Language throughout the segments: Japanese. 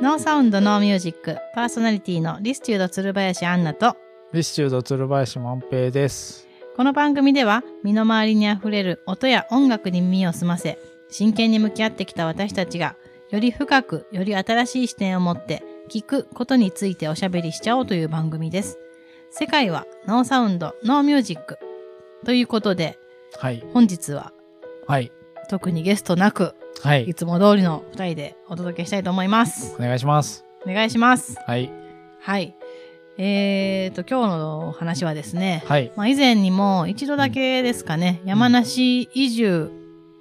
ノーサウンドノーミュージックパーソナリティのリスチュード鶴林アンナとリスチュード鶴林万平です。この番組では身の回りにあふれる音や音楽に耳を澄ませ真剣に向き合ってきた私たちがより深くより新しい視点を持って聞くことについておしゃべりしちゃおうという番組です。世界はノーサウンドノーミュージックということではい。本日ははい。特にゲストなくはいい。つも通りの2人でお届けしたいと思います。お願いします。お願いします。はい。はい。えーと、今日のお話はですね、はい。まあ、以前にも一度だけですかね、山梨移住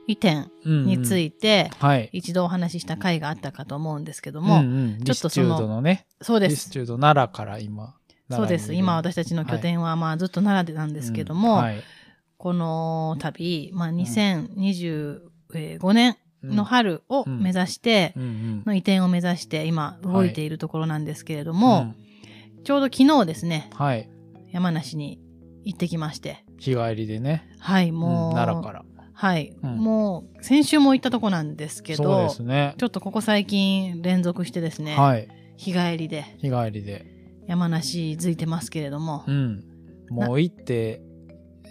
移転うんにつて。いて、はい。一度お話しした回があったかと思うんですけども、んうん、ちょリっとスそチのュードのね。そうでリスす。チュード奈良から今。そうです。今で私たちの拠点は、まあ、ずっと奈良でなんですけども、はい。この度、まあ、2025年のは春を目指して、うんうん。の移転を目指して今動いているところなんですけれども、うんちょうど昨日ですね、はい。山梨に行ってきまして、日帰りでね。はい、もう、うん奈良から。はい、うんもう先週も行ったとこなんですけそうど、ですね。ちょっとここ最近連続してですね、はい。日帰りで日帰りで。山梨づいてますけれども、うん。もう行って、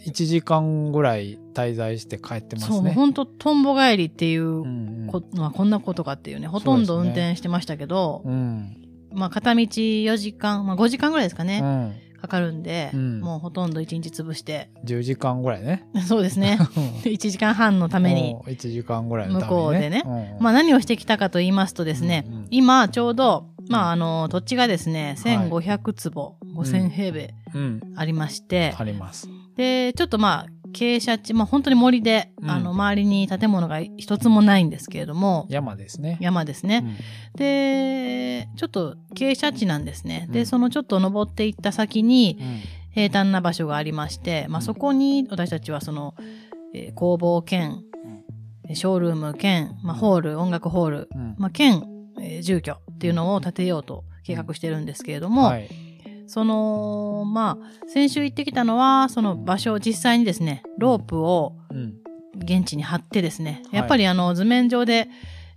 1時間ぐらい滞在して帰ってますね。そう、もうほんとトンボ帰りっていうううんうんこ,、のはこんなことかっていうね、ほとんどそう運ですね転してましたけど、うん。まあ片道4時間、まあ5時間ぐらいですかうね、ん。かかるんで、うんもうほとんど1日潰して、 10時間ぐらいね。そうです ね、1時間半のために、 1時間ぐらいのために、ね、向こうでねうんうんまあ、何をしてきたかと言いますとですね、うんうん今ちょうど、まあ、あの土地がですねはい1500坪、5000平米うん、ありまして、あります。でちょっとまあ傾斜地、まあ、本当に森で、うんあの周りに建物が一つもないんですけれども山ですね。山ですうね、んでちょっと傾斜地なんですね、うでんそのちょっと登っていった先にうん平坦な場所がありまして、まあ、うんそこに私たちはその、えー工房兼ショールーム兼、まあ、ホール音楽ホールうんまあ、県、えー住居っていうのを建てようと計画してるんですけれども、はいそのまあ先週行ってきたのはその場所を実際にですねロープをうん現地に張ってですね、はいやっぱりあの図面上で、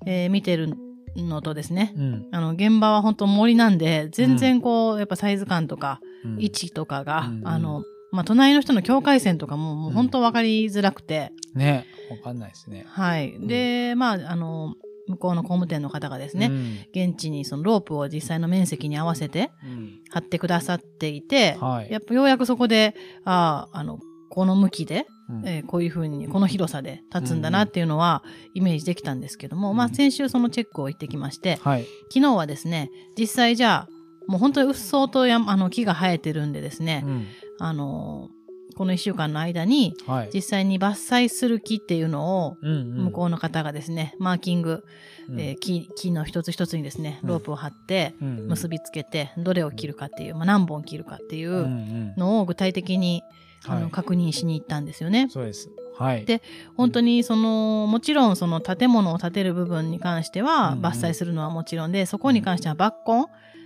えー見てるのとですねうんあの現場は本当森なんで全然こう、やっぱサイズ感とかうん位置とかが、うんうんあのまあ、隣の人の境界線とかももう本当分かりづらくて、ね、わかんないですね。はいでまああの向こうの工務店の方がですね、うん現地にそのロープを実際の面積に合わせてうん貼ってくださっていて、はいやっぱようやくそこであーあのこの向きで、うんえーこういうふうにこの広さで立つんだなっていうのはイメージできたんですけども、うんまあ、先週そのチェックを行ってきましてはい。昨日はですね実際じゃあもう本当にうっそうとやあの木が生えてるんでですねう、んあのーこの1週間の間にはい。実際に伐採する木っていうのを向向こうの方がですね、マーキングうんえー木木の一つ一つにですねうんロープを張ってうん結びつけてどれを切るかっていう、まあ、何本切るかっていうんううんのを具体的に、あはのい確認しに行ったんですよね。そうです。はい。で本当にそのもちろんその建物を建てる部分に関してはうん伐採するのはもちろんでそこに関しては抜根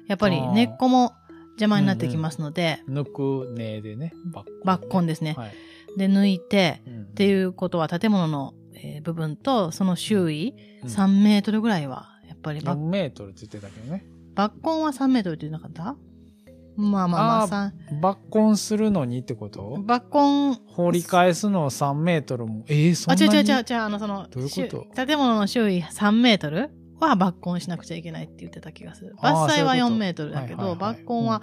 やっぱりあー根っこも邪魔になってきますので抜く根でね、バ抜根ですね。はい。で抜いてっっていうことは建物の、えー部分とその周囲うん3メートルぐらいはやっぱり抜4メートルって言ってたけどね。抜根は3メートルって言うなかったまあまあまああーさん抜根するのにってこと抜根掘り返すの3メートルも。えー、そあんな違うに違う違う違うあのそのどういうこと周建物の周囲3メートルは抜根しなくちゃいけないって言ってた気がする伐あー採はそういうこと4メートルだけはどいはいはい抜根は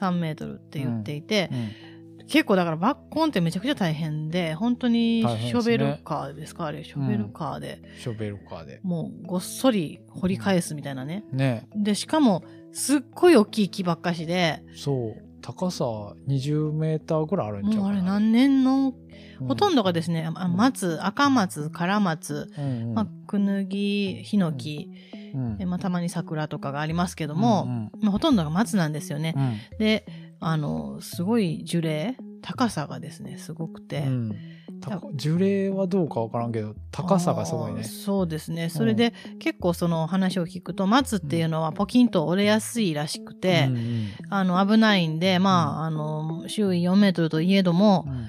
3メートルって言っていて、うん結構だから抜根ってめちゃくちゃ大変で本当にシ大変ですョベねルカーですかあれショベルカーで、ショベルカーで。もうごっそり掘り返すみたいなねねでしかもすっごい大きい木ばっかしでそう。高さ20メーターぐらいあるんちゃうもうあかれな何年のうほとんどがですね、あうん松、赤松、唐松、うんうんまあ、クヌギ、ヒノキ、うんえまあ、たまに桜とかがありますけども、うんまあ、ほとんどが松なんですよね。うんで、あの、すごい樹齢、高さがですね、すごくて。うんたこ樹齢はどうかわからんけど高さがすごいあーね。そうですね。それで、結構その話を聞くと、松っていうのはポキンと折れやすいらしくて、うんうんあの、危ないんで、まあ、あの、周囲4メートルといえども、うん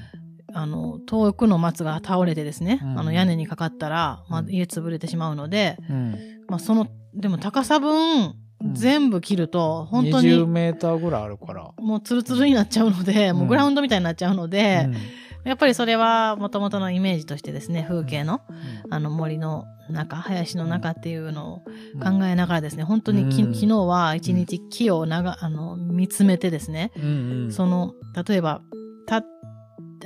あの遠くの松が倒れてですね、うんあの屋根にかかったら、まあう、ん家潰れてしまうので、うんまあ、そのでも高さ分うん全部切ると本当20にメーターぐらいあるから。もうツルツルになっちゃうので、うんもうグラウンドみたいになっちゃうのでう、んやっぱりそれはもともとのイメージとしてですね風景のうあの森の中林の中っていうのをん考えながらですね本当にき、うん昨日は一日木をながあの見つめてですね、うんうんその例えばたあ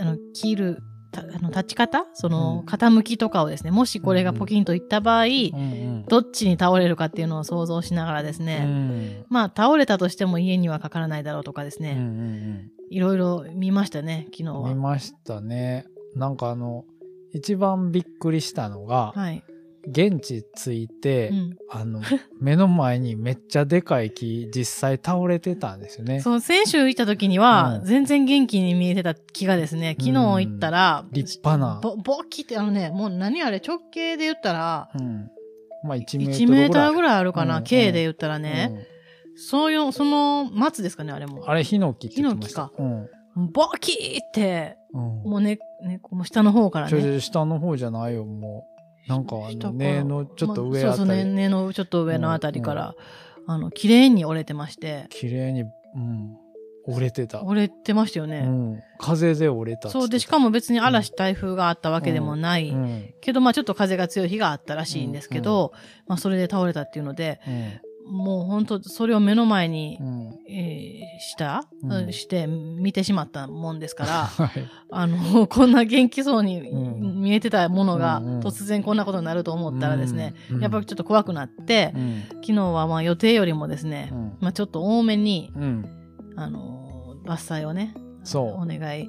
の切るたあの立ち方そのうん傾きとかをですねもしこれがポキンといった場合、うんうんどっちに倒れるかっていうのを想像しながらですうね、んまあ倒れたとしても家にはかからないだろうとかですうんうね、んいろいろ見ましたね昨日うん見は。ましたね。なんかあの一番びっくりしたのが、はい、現地着いて、うんあの 目の前にめっちゃでかい木実際倒れてたんですよね。そう先週行った時にはうん全然元気に見えてた木がですね昨日行ったら、立派な。ボボキってあのねもう何あれ直径で言ったらうん、まあ1メ1メーータトールぐぐらい。らいあるかな、うん K で言ったらね、そういうその松ですかねあれうもんあれヒノキって言ってました。ヒノボキってキか。うん。うんもうねねこうもう下の方からちょいちねょい下の方じゃないよもうなんかあ下かのら根のちょっと上まああたそうそうねり根のちょっと上のあたりから、あの綺麗に折れてまして綺麗に、うん、折れてた、折れてましたようね、ん、風で折れたっつってそうでしかも別に嵐台風があったわけでもない、うんうんけどまあちょっと風が強い日があったらしいんですけど、まあそれで倒れたっていうのでもう本当それを目の前に、うんえーした、うんして見てしまったもんですから はいあのこんな元気そうにうん見えてたものが、うんうん突然こんなことになると思ったらですね、、うんやっぱりちょっと怖くなって、うん昨日はまあ予定よりもですね、うんまあ、ちょっと多めに、うんあの伐採をねそうお願い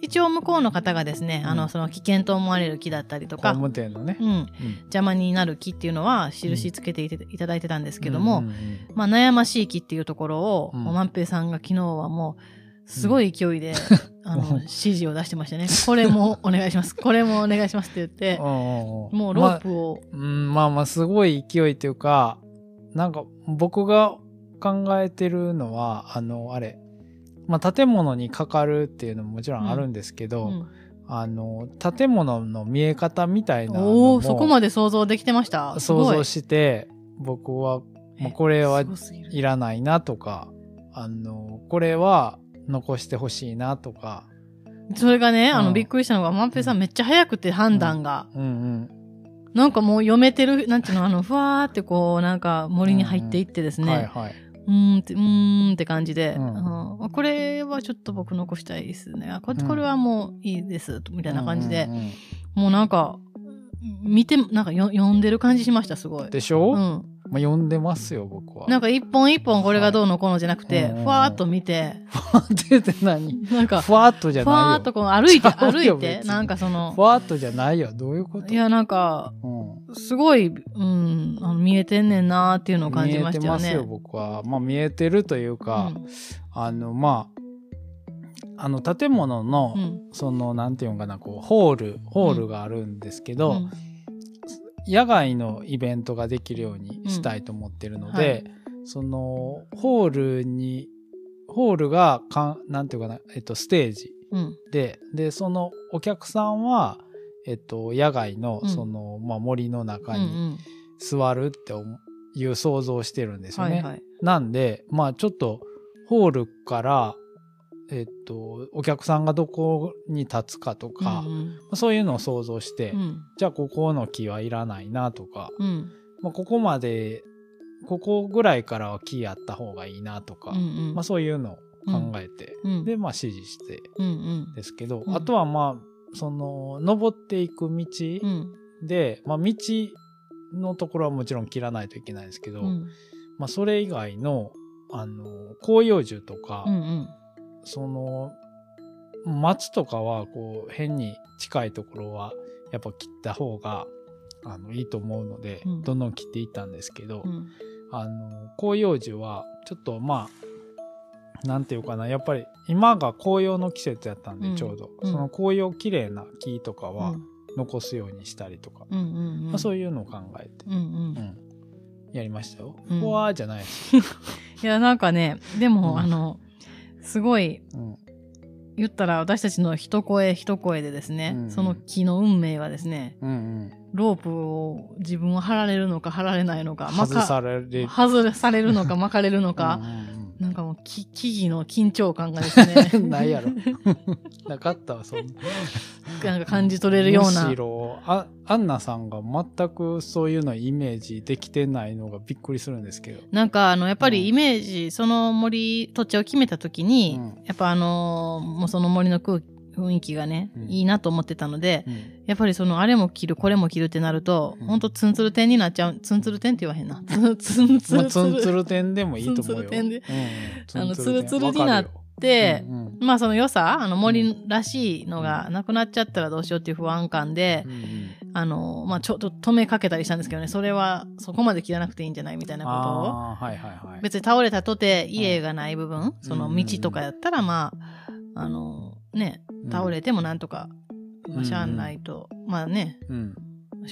一応向こうの方がですね、うんあのその危険と思われる木だったりと工か、務店のね、うん、うん邪魔になる木っていうのは印つけていていただいてたんですけども、うんうんまあ、悩ましい木っていうところを、うんもう万平さんが昨日はもうすごい勢いで、あのうん指示を出してましたね「これもお願いし ますこれもお願いします」って言ってうんうんもうロープを、まあうん、まあまあすごい勢いっていうかなんか僕が考えてるのはあのあれまあ建物にかかるっていうのももちろんあるんですけど、うんあの建物の見え方みたいなのおおそこまでで想像できてましたす想ごい像して僕はまあえこれはすごすぎるいらないなとかあのこれは残してほしいなとか、それがね、あうのんびっくりしたのが万平さんめっちゃ早くて判断が、うんなんかもう読めてるなんていうのあのふわーってこうなんか森に入っていってですうん、ね、はいはい、うーんって、うーんって感じで、ううんんこれはちょっと僕残したいですね。あこうんこれはもういいです、みたいな感じでうん、うんうんもうなんか、見て、なんかよ読んでる感じしました、すごい。でしょ、うまん、あ、読んでますよ僕はなんか一本一本これがどうのこうのじゃなくて、はいうんふわーっと見て、出て何なんか、ふふわっとじゃわーなっいとよ。こう歩いて、ちゃうよ歩いて、別になんかそのふ、わっとじゃないよ。どういうこといや、なんか、うんすごい、うん、あの見えてんねんなーっていうのを感見じえまてしたよますね。よ、僕は。まあ見えてるというか、あの、まあ、あの建物の、うんうんその、なんていうのかな、こう、ホール、ホールがあるんですけど、うん野外のイベントができるようにしたいと思ってるので、その、ホールに、ホールがかん、なんていうかな、えっと、ステージうんで、で、そのお客さんは、えっと、野外のう、んその、まあ森の中うに、ん座るって思ういう想像をしてるんですよはね。いはい。なんでまあちょっとホールからえっとお客さんがどこに立つかとか、うんうんそういうのを想像して、うんじゃあここの木はいらないなとか、うんまあ、ここまでここぐらいからは木あった方がいいなとか、うんうんまあ、そういうのを考えて、うんでまあ指示してうんうんですけど、うんあとはまあその登っていく道うんで、まあ、道のところはもちろん切らないといけないですけど、うんまあ、それ以外のあの広葉樹とか、うんその松とかはこう変に近いところはやっぱ切った方があのいいと思うので、うんどんどん切っていったんですけど、うんあの広葉樹はちょっとまあなんていうかなやっぱり今が紅葉の季節やったんうでんちょうど、うんその紅葉綺麗な木とかうはん残すようにしたりとか、うんうんまあ、そういいうのを考えて、うんうんうんやりましたよ。うんふわーじゃないです。いやなんかねでうもんあのすごいうん言ったら私たちの一声一声でですね、うんその木の運命はですねうんロープを自分を張られるのか張られないのうかん、ま外かされる外されるのか巻かれるのか、うんなんかもう木木々の緊張感がですねうんうん ないやろなかったわそんななんか感じ取れるようなむしろあアンナさんが全くそういうのイメージできてないのがびっくりするんですけどなんかあのやっぱうんりイメージ、その森土地を決めた時に、うんやっぱあのーもうその森の空気雰囲気がね、うんいいなと思ってたのでうんやっぱりそのあれも着るこれも着るってなると、うんほんとツンツル点になっちゃうツンツル点って言わへんなツンツルツまあルツンツル点でもいいと思うツンよツル点でうんあのツンツルツル点になっわかるよで、うんうんまあその良さあの森らしいのがなくなっちゃったらどうしようっていう不安感でう、んうんあのーまあちょっと止めかけたりしたんですけどねそれはそこまで着らなくていいんじゃないみたいなことを。あーはいはいはい別に倒れたとて家がない部分、その道とかやったらまああのね倒れてもなんとか、まあ、しゃあないと、まあねうん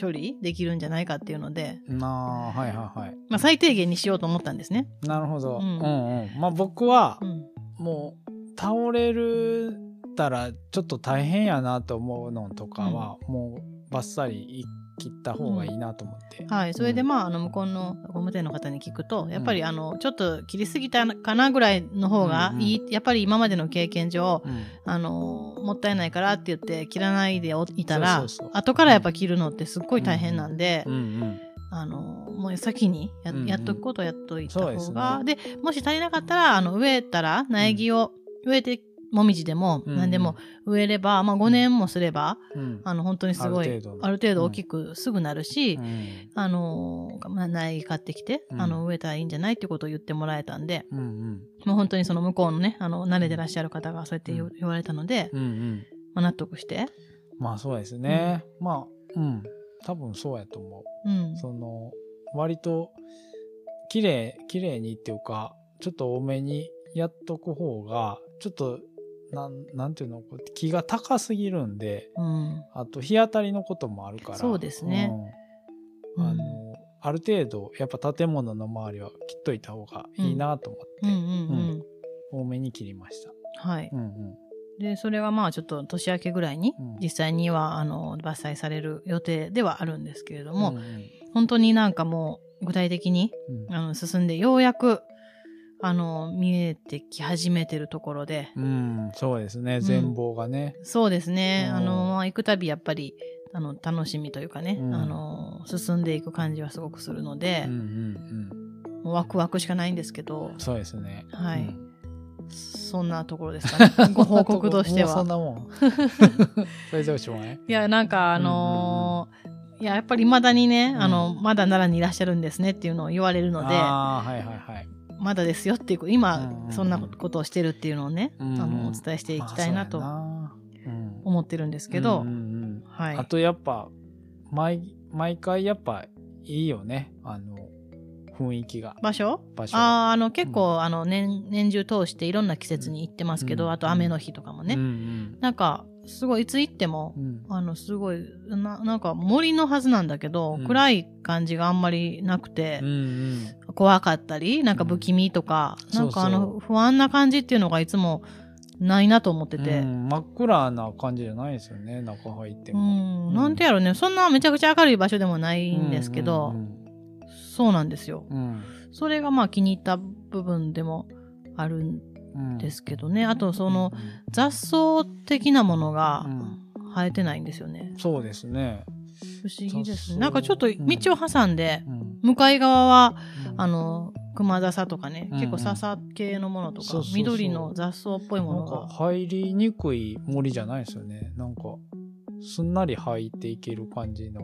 処理できるんじゃないかっていうので、なあはいはいはいまあ、最低限にしようと思ったんですね。なるほど、ううんんうんまあ僕はうんもう倒れるたらちょっと大変やなと思うのとかは、もうバッサリ切った方がいいなと思って、はい、それでまああの向こうのゴム店の方に聞くとやっぱりあのちょっと切りすぎたかなぐらいの方がいい、やっぱり今までの経験上うんあのもったいないからって言って切らないでいたらそうそうそう後からやっぱ切るのってすっごい大変なんで、うんうんあのもう先にや,、うんうんやっとくことをやっといたそうで方すがねで,、もし足りなかったらあの植えたら苗木を植えて、もみじでもうん何でも植えれば、まあ、5年もすればうんあの本当にすごいああるる程程度度大きくすぐなるし、うんあのまあ苗木買ってきて、うんあの植えたらいいんじゃないってことを言ってもらえたんでうんうんもう本当にその向こうのねあの慣れてらっしゃる方がそうやって言,、うんわれたので、うんうんまあ、納得して、まあそうですね、まあうん多分そうやと思ううん、その割と綺麗綺麗にっていうかちょっと多めにやっとく方がちょっとなんなんていうのこう気が高すぎるんでうんあと日当たりのこともあるからそうですね、うんあうんのある程度やっぱ建物の周りは切っといた方がいいなと思うんって、うんうん多めに切りました、はいうんうんでそれはまあちょっと年明けぐらいにうん実際にはあの伐採される予定ではあるんですけれどんも、ん本当になんかもう具体的にうんあの進んでようやくあの見えてき始めてるところでうん、そうですね全貌がね、そうですね、うんあのまあ行くたびやっぱりあの楽しみというかね、うんあの進んでいく感じはすごくするのでうん、うんもうワクワクしかないんですけどうん、そうですねはいうんそん なところですかねご報告としてもうそはん。なも ん。それじゃおしまい。いやなんかあのーいややっぱり未だにね、あのまだ奈良にいらっしゃるんですねっていうのを言われるのでああ、はいはいはい。まだですよっていううん今うんそんなことをしてるっていうのをね、うんあのお伝えしていきたいなとまあそうやなうん思ってるんですけど、うんうんはうんいあとやっぱ、毎毎回やっぱいいよね。あの、雰囲気が。場所場所あーあの結構、あの年年中通していろんな季節に行ってますけど、うんあと雨の日とかもね、うんうんなんかすごいいつ行ってもう、んあのすごいななんか森のはずなんだけど、うん暗い感じがあんまりなくて。うんうん怖かったりなんか不気味とか、うんなんかあそうその不安な感じっていうのがいつもないなと思ってて、ううんん真っ暗な感じじゃないですよね中入っても、うんなんてやろねそんなめちゃくちゃ明るい場所でもないんですけど、うんそうなんですようんそれがまあ気に入った部分でもあるんうんですけどねあとその雑草的なものがうん生えてないんですよねそうですね、不思議です雑草ねなんかちょっと道を挟んでうん向かい側はあのの熊笹とかね、うんうん結構笹系のものとかそうそうそう緑の雑草っぽいもなのんがか入りにくい森じゃないですよねなんかすんなり入っていける感じの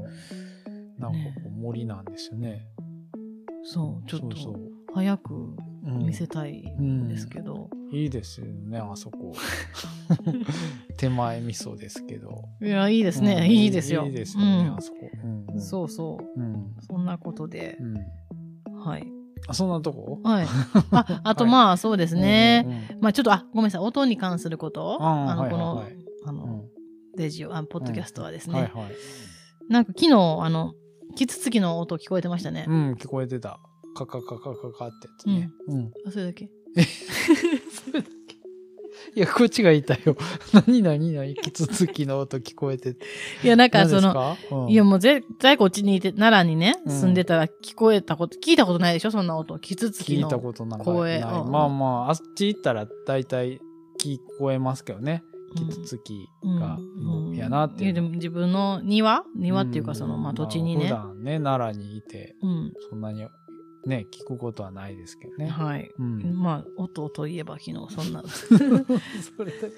なんかこう森なんですよねそうちょっそうそとう早くうん見せたいんですけど、いいですよねあ そこ手前味噌ですけどいやいいですね、うんいいですよいいですよね、あうそこ、うんん、そうそううん、うんそんなことで、うんはいあそんなとこ はいああとまあそうですね、うんうんまあちょっとあごめんなさい音に関することあーあのこの、はいはいはあの、デジオあポッドキャストはですうんね、はいはいなんか昨日あのキツツキの音聞こえてましたね、うん聞こえてたカカカカカカってやつね、うんあそれだけそれだけいや、こっちが言いたいよ。 何何何 キツツキの音聞こえて。いや、なんなかんでそすの、かうんいやもう絶対こっちにいて、奈良にね、うん住んでたら聞こえたこと、聞いたことないでしょそんな音。キツツキ聞いの。たことなんかない。声まあうんまあ、あっち行ったら大体聞こえますけどね。キツツキが、うんやなっていやでう。も自分の庭庭っていうかその、んまあ土地にねま。あ普段ね、奈良にいて、うん。そんなにね、聞くことはないですけどね。はい。うん。まあ、音といえば昨日そんな。 そ れで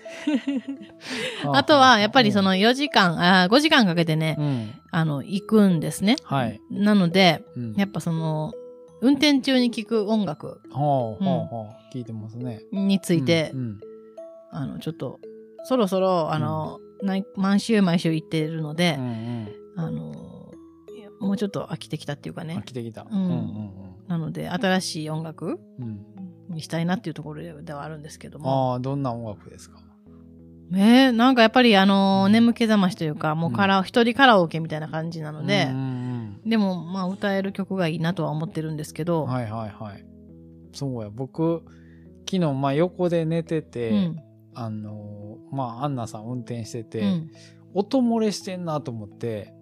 あとは、やっぱりそ、の4時間、あ5時間かけてね、うん。あの、行くんですね。はい。なので、うんやっぱその、運転中に聞く音楽ほううんほうほう。聞いてますね。について、うんうんあの、ちょっと、そろそろ、あの、ない毎週毎週行ってるのでう、んあの、いやもうちょっと飽きてきたっていうかうん。あね。来てきた。うんうんなので、新しい音楽うんうん。にしたいなっていうところではあるんですけども。ああ、どんな音楽ですかねえなんかやっぱりあのーうん眠気覚ましというか、もうカラオ、一人カラオケみたいな感じなのでうん、うんでもまあ歌える曲がいいなとは思ってるんですけうど、んはいはいはい。そうや、僕、昨日、まあ、横で寝てて、うんあのー、まあ、アンナさん運転してて、うん音漏れしてんなと思って、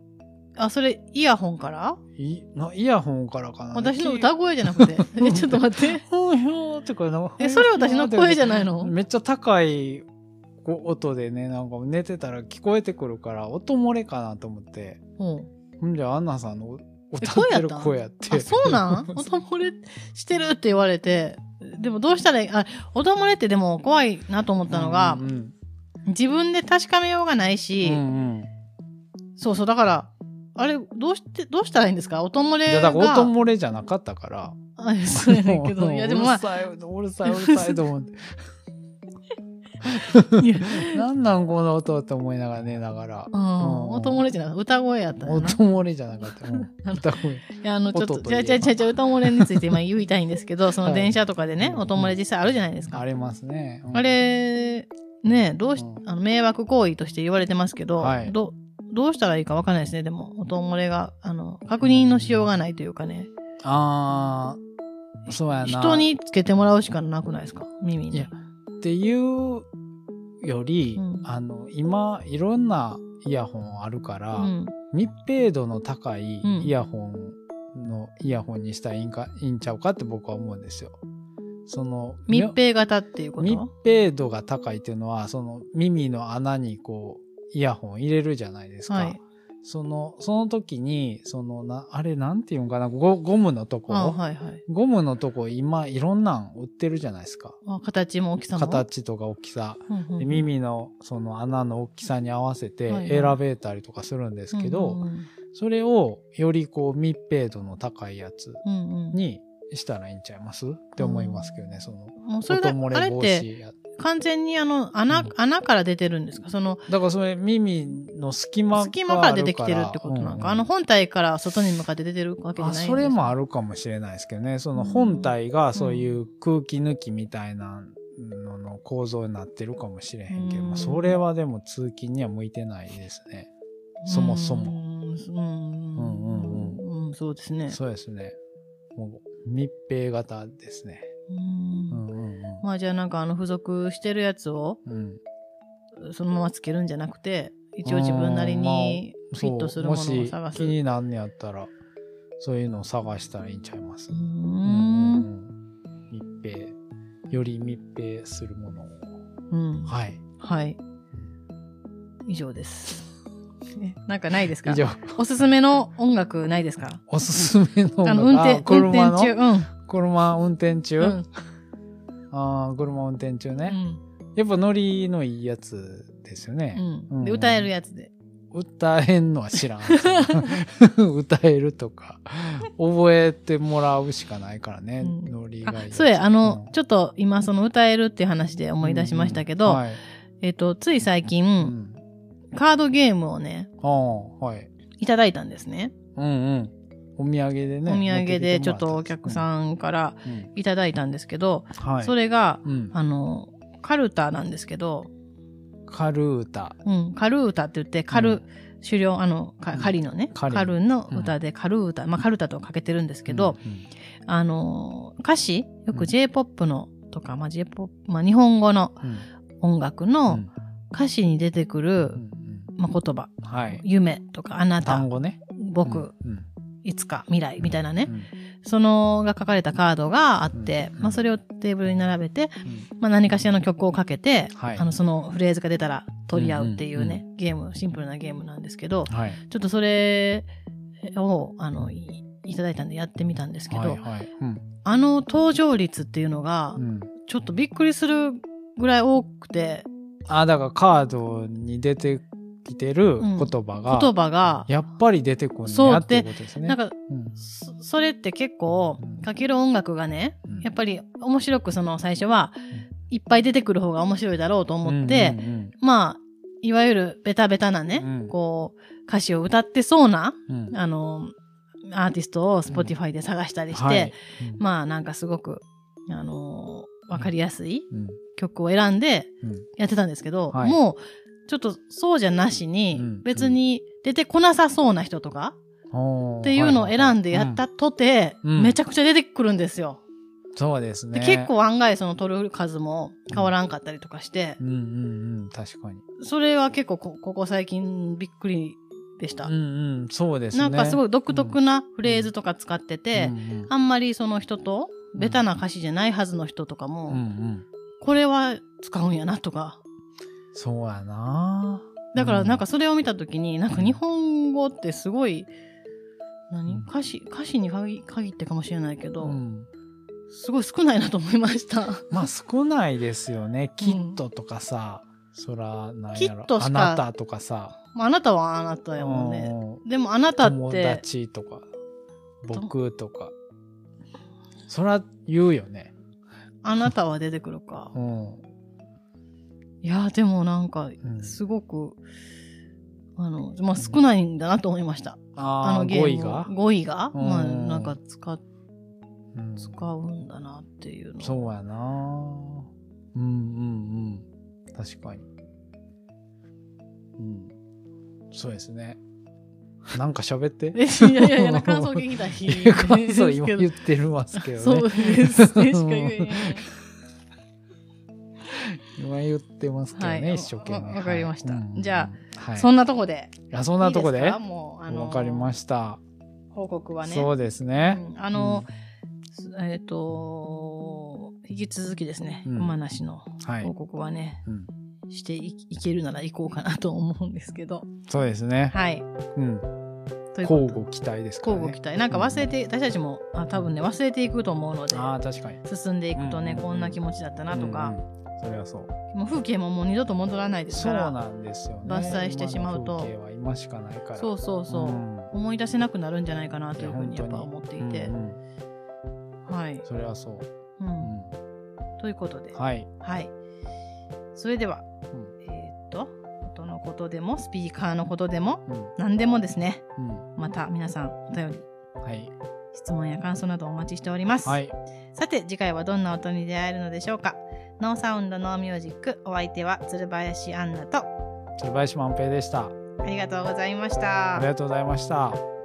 あ、それイヤホンからいなイヤホンからかな。私のき歌声じゃなく て。え、ちょっと待って。ふんふんってこれ なんか え、それ私の声じゃないのめっちゃ高いこう音でねなんか寝てたら聞こえてくるから音漏れかなと思ってうんほんじゃアンナさんのえ歌っ声やてっるたん声やってあ、そう なん音漏れしてるって言われて、でもどうしたらいいあ、音漏れってでも怖いなと思ったのがう、ん自分で確かめようがないうんしう、んそうそう、だから、あれ、どうして、どうしたらいいんですか音漏れいが。やだから音漏れじゃなかったからあそうやねんけ ど。いや、でもまあ、うるさいうるさいうるさいと 思っていやなんなんこの音って思いながら寝ながらうん、音漏れじゃない歌声やったんや音な。い漏れじゃなかったうんあの歌声や、あの、ちょっと、音とじいえゃばじゃじゃじゃ歌漏れについて今言いたいんですけど、そはのい電車とかでね、うん音漏れ実際あるじゃないですか。ありますねうんあれ、ね、どうしう、んあの、迷惑行為として言われてますけどは、いど、どうしたらいいかわかんないですね。でも、音漏れが、あの、確認のしようがないというかね、あーそうやな人につけてもらうしかなくないですか耳いにや。っていうより、うんあの今いろんなイヤホンあるから、うん。密閉度の高いうんイヤホンのイヤホンにしたらいいんかいいんちゃうかって僕は思うんですよ。その密み閉型っていうこ密と閉度が高いっていうのはその耳の穴にこうイヤホン入れるじゃないですか。はいそのその時にそのなあれなんていうんかなゴゴムのとこ、あはいはい。ゴムのとこ今いろんなん売ってるじゃないですかあ形も大きさも。形とか大きさ。うんうんうんで耳のその穴の大きさに合わせてはい選べたりとかするんですけうどんうんそれをよりこう密閉度の高いやつうんうんにしたらいいんちゃいますって思いますけどねそのもうそ音れだ漏あれれっ防て止や完全にあの穴,、うん穴から出てるんですかそのだからそれ耳の隙間がある隙間から出てきてるってことなんか、あの本体から外に向かって出てるわけじゃあないんですそれもあるかもしれないですけどねその本体がそういう空気抜きみたいなのの構造になってるかもしれへんけど、うんまあそれはでも通勤には向いてないですね。そもそももうんうんうんうんそうですねそうですね。もう密閉型ですね。うんうんうんまあじゃあなんかあの付属してるやつをうん。うん、そのままつけるんじゃなくて一応自分なりにフィットするものをそう探もしす気になんねやったら、そういうのを探したらいいんちゃいます。ううんんうん密閉。より密閉するものを。うんはい。はい。以上です。えなんかないです以か上。おすすめの音楽ないですかおすす めの音楽あの、運転、運車転中。うのん。車運転中、うんああ、車運転中うね、んやっぱノリのいいやつですよね。うん。で、歌えるやつで。歌えんのは 知らん。歌えるとか、覚えてもらうしかないからね、うんノリがあいい、そうや、あの、うんちょっと今、その歌えるっていう話で思い出しましたけうんど、はいえっと、つい最う近、んカードゲームをね、ああ、はい。いただいたんですね。うんうん。お土産でおね。土産で、ちょっとお客ん。さんからうんいただいたんですけど、はい。それが、うん、あの、カルタなんですけど、カルータ。うん、カルータって言って、カル、うん狩猟、あの、かうん狩りのね、狩カりルの歌で、カルータ、まあ、カルタとかけてるんですけど、うん、あのー、歌詞、ようくん J-POP のとか、まあ、J-POP、まあ、日本語のうん音楽うんうのん歌詞に出てくる、まあ、言葉うんはい夢とかあなた単語ね僕、うんいつか未来みたいなね、うんうんそのが書かれたカードがあって、うんまあ、それをテーブルに並べて、まあ、何かしらの曲をかけて、はいあのそのフレーズが出たら取り合うっていうね、ゲームシンプルなゲームなんですけどうんはいちょっとそれをあのいいただいたんでやってみたんですけど、はいはいうんあの登場率っていうのがうんちょっとびっくりするぐらい多くてあだからカードに出てきてる言葉が、言葉がやっぱり出てこんねそうやっていうことですね。なんかうんそそれって結構うんかける音楽がねうんやっぱり面白くその最初はいっぱい出てくる方が面白いだろうと思って、うんうんまあいわゆるベタベタなね、うんこう歌詞を歌ってそうなうんうんあのアーティストを Spotify で探したりして、はいうんまあなんかすごくあの分かりやすいうん曲を選んでうんやってたんですけど、はいもうちょっとそうじゃなしに、うん別に出てこなさそうな人とかおーっていうのをはいはい選んでやったとて、うんめちゃくちゃ出てくるんですよ。うんそうですねで結構案外その取る数も変わらんかったりとかしてう、んうんうん確かにそれは結構こここ最近びっくりでした。うんうんそうですねなんかすごいい独特なフレーズとか使ってて、あんまりその人とベタな歌詞じゃないはずの人とかも、うんうんこれは使うんやなとかそうやなだからなんかそれを見た時になんか日本語ってすごいうん何歌詞歌詞に限限ってかもしれないけど、うんすごい少ないなと思いました。 まあ少ないですよね「キット」とかさ、そらなんやろキットしかあなた」とかさまああなたはあなたやもんね。うんでもあなたっ友て達とか僕とかそら言うよねあなたは出てくるかう。んいやでもなんかうんすごく、あのまあ少ないんだなと思いました。ああのあゲ語ー彙ムが、語彙が、うんまあなんか使っうん使うんだなっていうのそうやなうんうんうん確かにうんそうですねなんか喋ってえ いやい やいやな感想聞きたいいう 感想今で言ってるますすけけどどそうねですねしか言えない今言ってますけどね、はい一生懸わ命わかりましたはいじゃあ、はい、そんなとこでいやそんなとこいでいすかもうあのわかりました、報告はねそうですね、うんあの、えっ、と引き続きですね、うん山梨のはい、報告はね、うんしていいけるなら行こうかなと思うんですけどそうですね、はいうんということで交互期待ですから交互ね期待なんか忘れて私たちもあ多分ね忘れていくと思うのでああ確かに進んでいくとね、うんこんな気持ちだったなとか、うんうんそれはそうもう風景ももう二度と戻らないですそうからなんですよね伐採してしまうと今の風景は今しかないからそううそうそう、ん思い出せなくなるんじゃないかなというふういにややっぱ思っていて、うんうんはい、それはそう、ううんんということで、はいはい、それでは、んえーっと音のことでもスピーカーのことでもうん何でもですねうんまた皆さんお便りはい質問や感想などお待ちしております、はいさて次回はどんな音に出会えるのでしょうかノーサウンドノーミュージックお相手は鶴林アンナと鶴林万平でしたありがとうございましあたりがとうございました